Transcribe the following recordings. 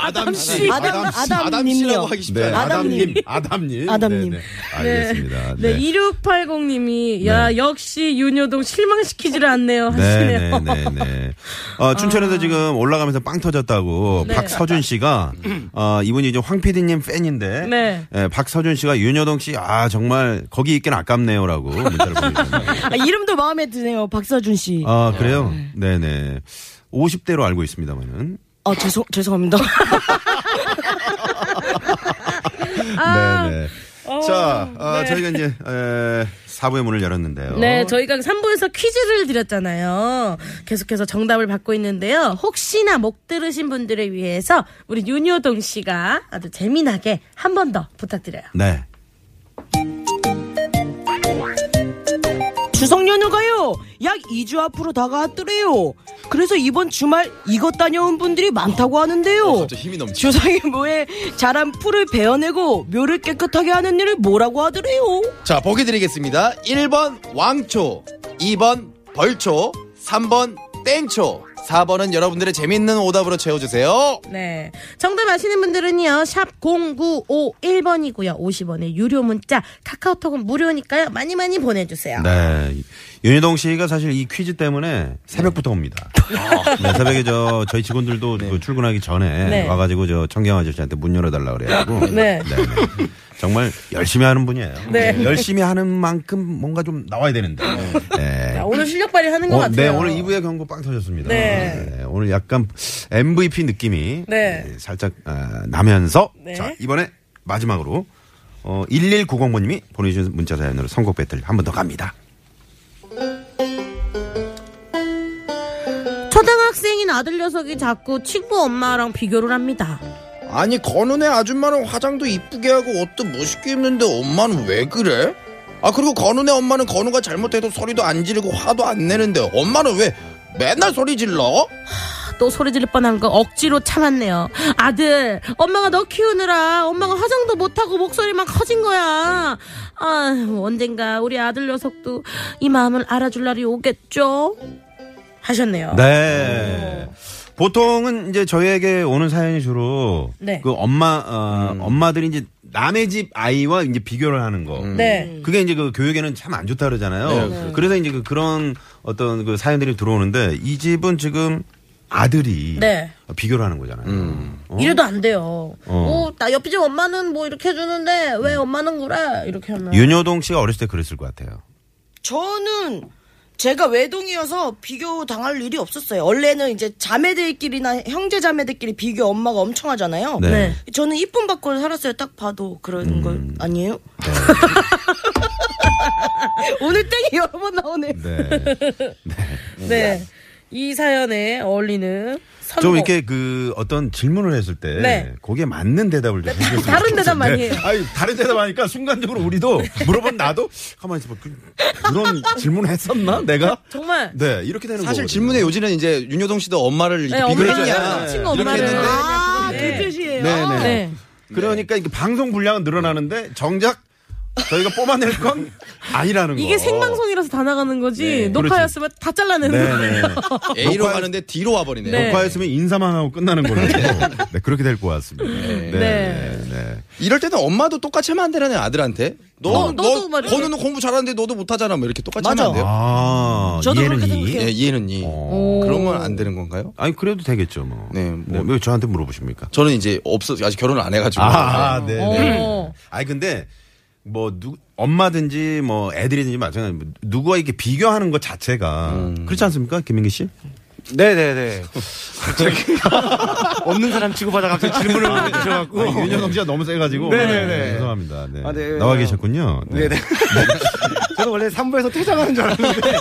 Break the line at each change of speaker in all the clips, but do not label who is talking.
아담 씨.
아담, 아담 님요.
씨라고 하기 쉽지 않아요.
아담님.
아담님.
아담님.
네, 네. 알겠습니다.
네, 2680님이 야 역시 윤효동 실망시키지를 않네요 하시네요. 아.
네, 네, 네. 어, 춘천에서 지금 올라가면서 빵 터졌다고
네.
박서준 씨가 어, 이분이 이제 황 PD님 팬인데
네.
예, 박서준 씨가 윤여동 씨 아 정말 거기 있긴 아깝네요라고 문자를 보내주셨네요.
아, 이름도 마음에 드네요, 박서준 씨. 아,
아 그래요? 네, 네. 50대로 알고 있습니다만은.
아, 죄송, 죄송합니다.
아.
네,
어.
네. 자, 아, 저희가 이제 에, 4부의 문을 열었는데요.
네, 저희가 3부에서 퀴즈를 드렸잖아요. 계속해서 정답을 받고 있는데요. 혹시나 못 들으신 분들을 위해서 우리 윤효동 씨가 아주 재미나게 한 번 더 부탁드려요.
네.
추석 연휴가요, 약 2주 앞으로 다가왔더래요. 그래서 이번 주말 이것 다녀온 분들이 많다고 하는데요.
어, 갑자기 힘이 넘치.
조상의 모에 자란 풀을 베어내고 묘를 깨끗하게 하는 일을 뭐라고 하더래요?
자, 보기 드리겠습니다. 1번 왕초, 2번 벌초, 3번 땡초, 4번은 여러분들의 재밌는 오답으로 채워주세요.
네. 정답 아시는 분들은요, 샵 0951번이고요. 50원의 유료 문자, 카카오톡은 무료니까요. 많이 많이 보내주세요.
네. 윤희동 씨가 사실 이 퀴즈 때문에 새벽부터 옵니다. 네, 새벽에 저 저희 직원들도 그 출근하기 전에
네.
와가지고 저 청경 아저씨한테 문 열어달라 그래가지고
네.
네. 정말 열심히 하는 분이에요.
네.
열심히 하는 만큼 뭔가 좀 나와야 되는데. 네.
자, 오늘 실력 발휘하는 것
어,
같아요.
네, 오늘 2부의 경고 빵 터졌습니다.
네.
오늘 약간 MVP 느낌이
네.
네, 살짝 아, 나면서
네.
자 이번에 마지막으로 어, 1190번님이 보내주신 문자 사연으로 선곡 배틀 한 번 더 갑니다.
초등학생인 아들 녀석이 자꾸 친구 엄마랑 비교를 합니다.
아니, 건우네 아줌마는 화장도 이쁘게 하고 옷도 멋있게 입는데 엄마는 왜 그래? 아, 그리고 건우네 엄마는 건우가 잘못해도 소리도 안 지르고 화도 안 내는데 엄마는 왜 맨날 소리 질러?
또 소리 지를 뻔한 거 억지로 참았네요. 아들, 엄마가 너 키우느라 엄마가 화장도 못하고 목소리만 커진 거야. 아, 언젠가 우리 아들 녀석도 이 마음을 알아줄 날이 오겠죠? 하셨네요.
네. 보통은 이제 저희에게 오는 사연이 주로
네.
그 엄마 어, 엄마들이 이제 남의 집 아이와 이제 비교를 하는 거.
네.
그게 이제 그 교육에는 참 안 좋다 그러잖아요. 그래서 이제 그 그런 어떤 그 사연들이 들어오는데 이 집은 지금 아들이
네.
비교를 하는 거잖아요. 어?
이래도 안 돼요.
어.
어, 나 옆집 엄마는 뭐 이렇게 해주는데 왜 엄마는 그래? 이렇게 하면.
윤여동 씨가 어렸을 때 그랬을 것 같아요.
저는 제가 외동이어서 비교 당할 일이 없었어요. 원래는 이제 자매들끼리나 형제 자매들끼리 비교 엄마가 엄청 하잖아요.
네. 음.
네.
저는 이쁨 받고 살았어요. 딱 봐도 그런 걸 아니에요? 오늘 땡이 여러 번 나오네.
네.
네. 이 사연에 어울리는 선곡.
좀 이렇게 그 어떤 질문을 했을 때
네.
거기에 맞는 대답을 좀 해주셨으면
다른
좋겠어요.
대답 많이 해요. 네.
아니 다른 대답 하니까 순간적으로 우리도 물어본 나도 가만히 있어봐 그, 그런 질문을 했었나 내가
정말
네 이렇게 되는
사실
거거든요.
질문의 요지는 이제 윤효동 씨도 엄마를 이렇게
네,
비교를
엄마를
했냐.
친구
이렇게
엄마를.
했는데
아,
네.
그 뜻이에요.
네네
네.
그러니까 이게 방송 분량은 늘어나는데 정작 저희가 뽑아낼 건 아니라는 거.
이게 생방송이라서 다 나가는 거지 녹화였으면 다 잘라내는
네네.
거예요.
A로 가는데 D로 와버리네.
네.
녹화했으면 인사만 하고 끝나는 걸로. 네, 그렇게 될 것 같습니다. 네.
네.
네. 네.
이럴 때는 엄마도 똑같이 하면 안 되라네 아들한테. 너,
어, 너도
너,
말이야.
건우는 공부 잘하는데 너도 못하잖아. 뭐 이렇게 똑같이 하면 안 돼요?
아,
저도
이해는
그렇게
이?
생각해요.
예, 이해는 이.
어.
그러면 안 되는 건가요?
아니 그래도 되겠죠 뭐.
네,
네.
뭐.
왜 저한테 물어보십니까?
저는 이제 없어 아직 결혼을 안 해가지고.
아, 네.
어.
아니 근데 뭐 누, 엄마든지 뭐 애들이든지 마찬가지 누구와 이렇게 비교하는 것 자체가 그렇지 않습니까, 김민기 씨?
네네네. 갑자기 없는 사람 취급하다 갑자기 질문을
아,
주셔갖고.
윤여정 씨가 너무 세가지고
어, 네. 네네네.
죄송합니다. 네.
아, 네.
나와 계셨군요. 네.
네네. 저도 원래 3부에서 퇴장하는 줄 알았는데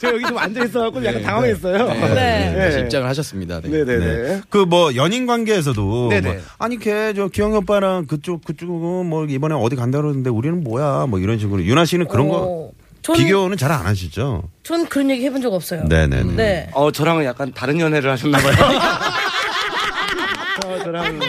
저 여기 좀 앉아 있어갖고 약간 당황했어요.
네.
다시 입장을 하셨습니다. 네.
네네네.
그 뭐 연인 관계에서도
네네.
뭐, 아니 걔 저 기영 오빠랑 그쪽 그쪽은 뭐 이번에 어디 간다 그러는데 우리는 뭐야 뭐 이런 식으로 윤아 씨는 그런 거
어. 전,
비교는 잘 안 하시죠?
전 그런 얘기 해본 적 없어요.
네네네.
네.
어 저랑은 약간 다른 연애를 하셨나봐요. 어, 뭐 저, 저랑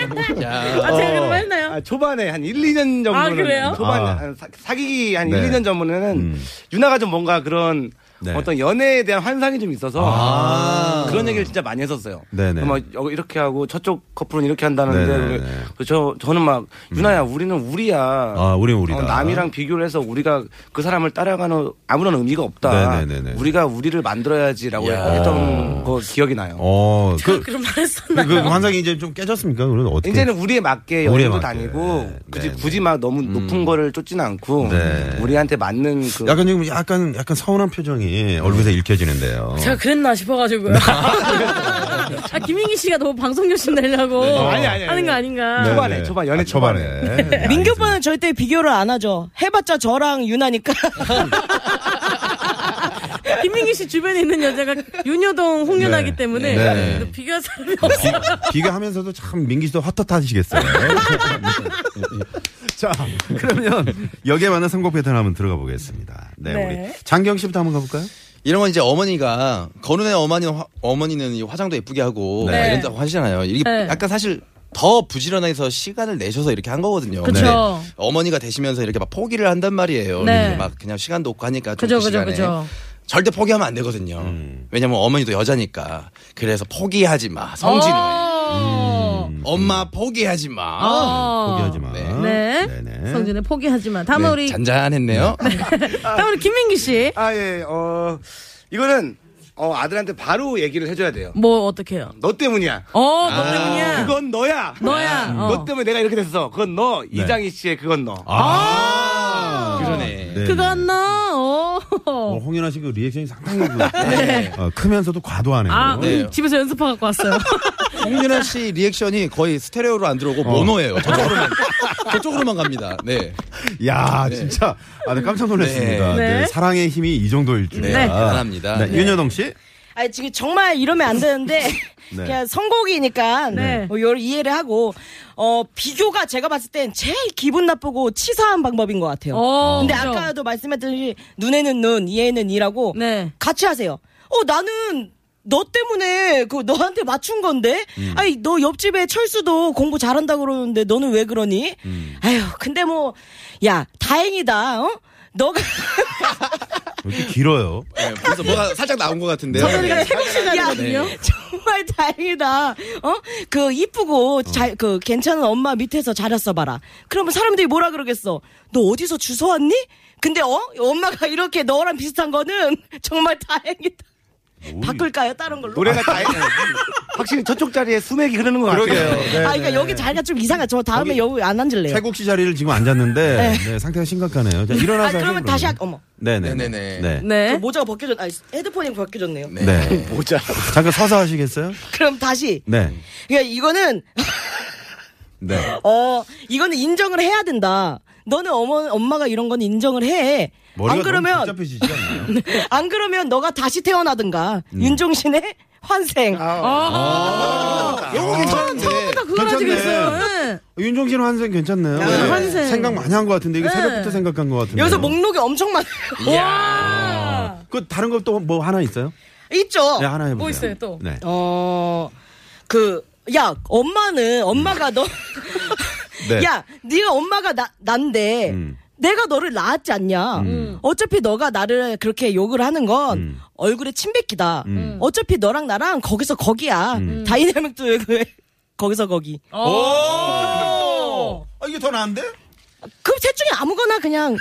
야,
아, 제가 그런 거 했나요?
아, 초반에 한 1, 2년 전부는
아, 그래요?
초반
아.
한 사- 사귀기 한
네.
1, 2년 전부는 유나가 좀 뭔가 그런
네.
어떤 연애에 대한 환상이 좀 있어서
아.
그런 얘기를 진짜 많이 했었어요.
네네.
막 여- 이렇게 하고 저쪽 커플은 이렇게 한다는데
네네네.
그래서 저 저는 막 유나야 우리는 우리야.
아, 우리는 우리다.
어, 남이랑 비교를 해서 우리가 그 사람을 따라가는 아무런 의미가 없다.
네네네네.
우리가 우리를 만들어야지라고
야.
했던 거 기억이 나요.
어,
그,
그,
그런 말
그,
했었나요?
그 환상이 이제 좀 깨졌습니까? 그러면 어떻게?
이제는 우리에 맞게
우리에
여행도
맞게.
다니고
네,
굳이
네,
굳이 막 너무 높은 거를 쫓지는 않고
네.
우리한테 맞는 그
약간 지금 약간 약간 서운한 표정이 얼굴에서 읽혀지는데요.
제가 그랬나 싶어가지고요. 아, 김민기 씨가 너무 방송 교신 내려고
아니, 아니, 아니.
하는 거 아닌가.
네,
초반에,
네.
초반, 연애
아, 초반에. 네,
민규
알겠습니다.
오빠는 절대 비교를 안 하죠. 해봤자 저랑 유나니까.
김민기 씨 주변에 있는 여자가 윤여동 홍윤아기
네.
때문에
네.
그 비교할 사람이 없어요.
비- 비교하면서도 참 민기 씨도 헛헛하시겠어요. 자, 그러면 여기에 맞는 선곡 패턴 한번 들어가 보겠습니다. 네,
네.
우리 장경 씨부터 한번 가볼까요?
이런 건 이제 어머니가 건우네 어머니 화- 어머니는 이 화장도 예쁘게 하고
네.
막 이런다고 하시잖아요. 이게
네.
약간 사실 더 부지런해서 시간을 내셔서 이렇게 한 거거든요.
그쵸.
근데 어머니가 되시면서 이렇게 막 포기를 한단 말이에요.
네.
막 그냥 시간도 없고 하니까 좀
그죠,
그
그죠,
시간에
그죠.
절대 포기하면 안 되거든요. 왜냐면 어머니도 여자니까. 그래서 포기하지 마. 성진우.
아.
음.
어.
엄마 포기하지 마.
어.
포기하지 마.
네.
네네.
성진은 포기하지 마. 다음은
네,
우리
잔잔했네요.
아.
다음은 우리 김민기 씨.
아, 예, 어, 이거는, 어, 아들한테 바로 얘기를 해줘야 돼요.
뭐 어떻게요?
너 때문이야.
어,
아,
너 때문이야.
그건 너야. 음.
너야. 어.
너 때문에 내가 이렇게 됐어. 그건 너. 이장희 씨의 그건 너.
아,
그러네.
네네.
그건 너.
어,
어.
홍윤아 씨 그 리액션이 상당히 그, 어, 크면서도 과도하네요.
아,
네.
우리 집에서 연습하 갖고 왔어요.
홍진아 씨 리액션이 거의 스테레오로 안 들어오고 모노예요. 저쪽으로만, 저쪽으로만 갑니다. 네.
야 진짜 아, 네, 깜짝 놀랐습니다.
네.
네,
네.
사랑의 힘이 이 정도일 줄이야.
네, 대단합니다. 네.
윤여동 씨.
아 지금 정말 이러면 안 되는데
네.
그냥 선곡이니까
네.
뭐 요걸 이해를 하고 어 비교가 제가 봤을 땐 제일 기분 나쁘고 치사한 방법인 것 같아요.
어,
근데
그죠.
아까도 말씀했듯이 눈에는 눈, 이에는 이라고
네.
같이 하세요. 어 나는 너 때문에 그 너한테 맞춘 건데 아니 너 옆집에 철수도 공부 잘한다 그러는데 너는 왜 그러니? 아휴 근데 뭐 야 다행이다. 어? 너가
왜 이렇게 길어요?
네, 그래서 뭐가 살짝 나온 것 같은데요.
저희가
네.
태국 시간이거든요.
네.
정말 다행이다. 어? 그 이쁘고 잘 그 괜찮은 엄마 밑에서 자랐어 봐라. 그러면 사람들이 뭐라 그러겠어? 너 어디서 주워 왔니? 근데 어? 엄마가 이렇게 너랑 비슷한 거는 정말 다행이다.
음.
바꿀까요? 다른 걸로? 아,
노래가 다, 네. 확실히 저쪽 자리에 수맥이 흐르는 것 같아요.
아, 그러니까 여기 자리가 좀 이상해. 저뭐 다음에 여기 안
네.
앉을래요.
네, 최국 씨 자리를 지금 앉았는데 네, 상태가 심각하네요. 자,
아,
일어나서
그러면 다시 할, 어머.
네네.
네네네.
네네. 네.
저
네.
모자가 벗겨졌, 아니, 헤드폰이 벗겨졌네요.
네.
네.
모자.
잠깐 서서 하시겠어요?
그럼 다시.
네.
그러니까 이거는
아,
네.
어, 이거는 인정을 해야 된다. 너는 어머, 엄마가 이런 건 인정을 해.
머리가
안
너무
그러면,
복잡해지지 않나요? 음.
안 그러면 너가 다시 태어나든가. 윤종신의 환생.
아,
요거 어, 괜찮은데.
그걸 아직
괜찮네.
했어요. 네.
윤종신 환생 괜찮네요.
네. 환생.
생각 많이 한 것 같은데 이거
네.
새벽부터 생각한 것 같은데.
여기서 목록이 엄청 많아요.
그 다른 것도 뭐 하나 있어요?
있죠?
네 하나 해보세요.
뭐 있어요, 또?
네.
어, 그, 야, 엄마는, 엄마가 너,
네.
야, 네가 엄마가 나, 난데,
음.
내가 너를 낳았지 않냐. 어차피 너가 나를 그렇게 욕을 하는 건
음.
얼굴에 침 뱉기다.
음.
어차피 너랑 나랑 거기서 거기야. 다이나믹도 왜- 거기서 거기.
어.
오! 아, 이게 더 나은데?
그럼 셋 중에 아무거나 그냥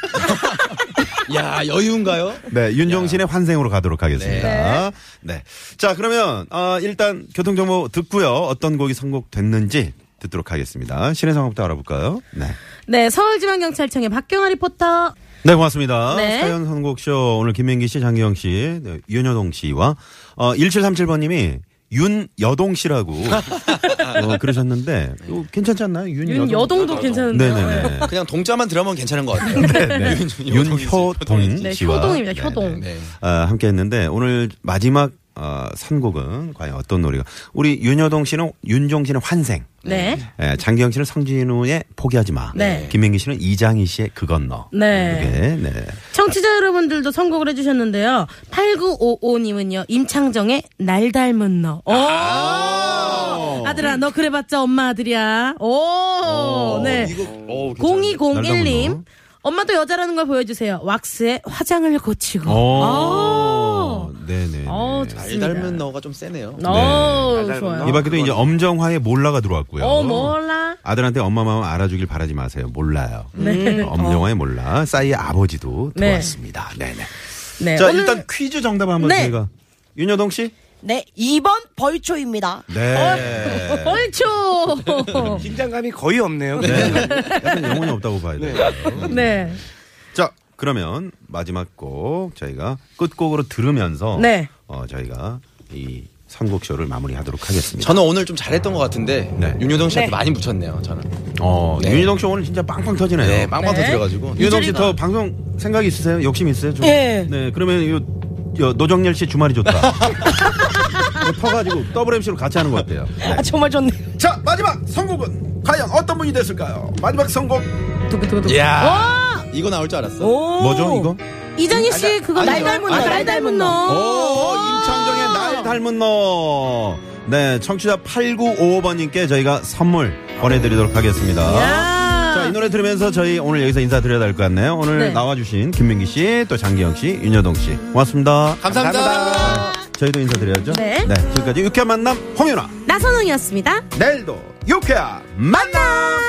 야 여유인가요?
네, 윤종신의 환생으로 가도록 하겠습니다. 네. 자, 그러면, 아, 일단 교통정보 듣고요. 어떤 곡이 선곡됐는지 듣도록 하겠습니다. 신의 상황부터 알아볼까요? 네.
네, 서울지방경찰청의 박경아 리포터.
네, 고맙습니다.
네.
사연 선곡쇼 오늘 김민기 씨, 장기영 씨, 네, 윤여동 씨와 어, 1737번님이 윤여동 씨라고 어, 그러셨는데 이거 괜찮지 않나요? 윤여동.
윤여동도 괜찮은데요.
네네네.
그냥 동자만 들으면 괜찮은 것 같아요.
네. 윤효동
네,
씨와
효동입니다. 효동.
네.
어, 함께했는데 오늘 마지막 어, 선곡은 과연 어떤 노래가? 우리 윤여동 씨는 윤종 씨는 환생.
네.
예, 장기영 씨는 성진우의 포기하지 마.
네.
김민기 씨는 이장희 씨의 그 건너.
네.
이게, 네.
청취자 여러분들도 선곡을 해주셨는데요. 8955님은요, 임창정의 날 닮은 너. 오! 아들아, 너 그래봤자 엄마 아들이야. 오! 네.
이거 어,
날
0201님.
닮은
엄마도 여자라는 걸 보여주세요. 왁스에 화장을 고치고. 아. 오.
어. 네네.
어,
잘
좋습니다.
닮은 그 너가 좀 세네요.
어, 좋아요.
이 밖에도 이제 엄정화의 몰라가 들어왔고요.
어, 몰라.
아들한테 엄마 마음 알아주길 바라지 마세요. 몰라요. 음, 엄정화의 몰라. 싸이의 아버지도
네.
들어왔습니다. 네. 네
네.
자,
오늘-
일단 퀴즈 정답 한번
네.
저희가. 윤여동 씨?
네 2번 벌초입니다.
어.
네.
얼초!
긴장감이 거의 없네요.
약간 영혼이 없다고 봐야 돼요.
네.
자, 그러면 마지막 곡 저희가 끝곡으로 들으면서
네.
어, 저희가 이 선곡쇼를 마무리하도록 하겠습니다.
저는 오늘 좀 잘했던 것 같은데
네.
윤효동 씨한테 많이 묻혔네요. 저는.
어,
네.
윤여동 씨 오늘 진짜 빵빵 터지네요.
네, 빵빵 터뜨려가지고.
윤여동 씨 더 방송 생각 있으세요? 욕심 있어요? 좀?
예.
네, 그러면 이 여- 노정열 씨 주말이 좋다. 이거 터가지고 더블 MC로 같이 하는 것 같아요. 네.
아 정말 좋네.
자, 마지막 선곡은 과연 어떤 분이 됐을까요? 마지막 선곡.
두구두구두구.
야 이거 나올 줄 알았어.
오.
뭐죠, 이거?
이장희 씨, 그거 날
아니요.
닮은 너, 날 닮은 너.
오, 임창정의 날 닮은 너. 네, 청취자 8955번님께 저희가 선물 보내드리도록 하겠습니다.
야.
자, 이 노래 들으면서 저희 오늘 여기서 인사드려야 될 것 같네요. 오늘
네.
나와주신 김민기 씨, 또 장기영 씨, 윤여동 씨. 고맙습니다.
감사합니다.
저희도 인사드려야죠.
네.
지금까지 유쾌한 만남 홍윤아.
나선홍이었습니다.
내일도 유쾌한 만남!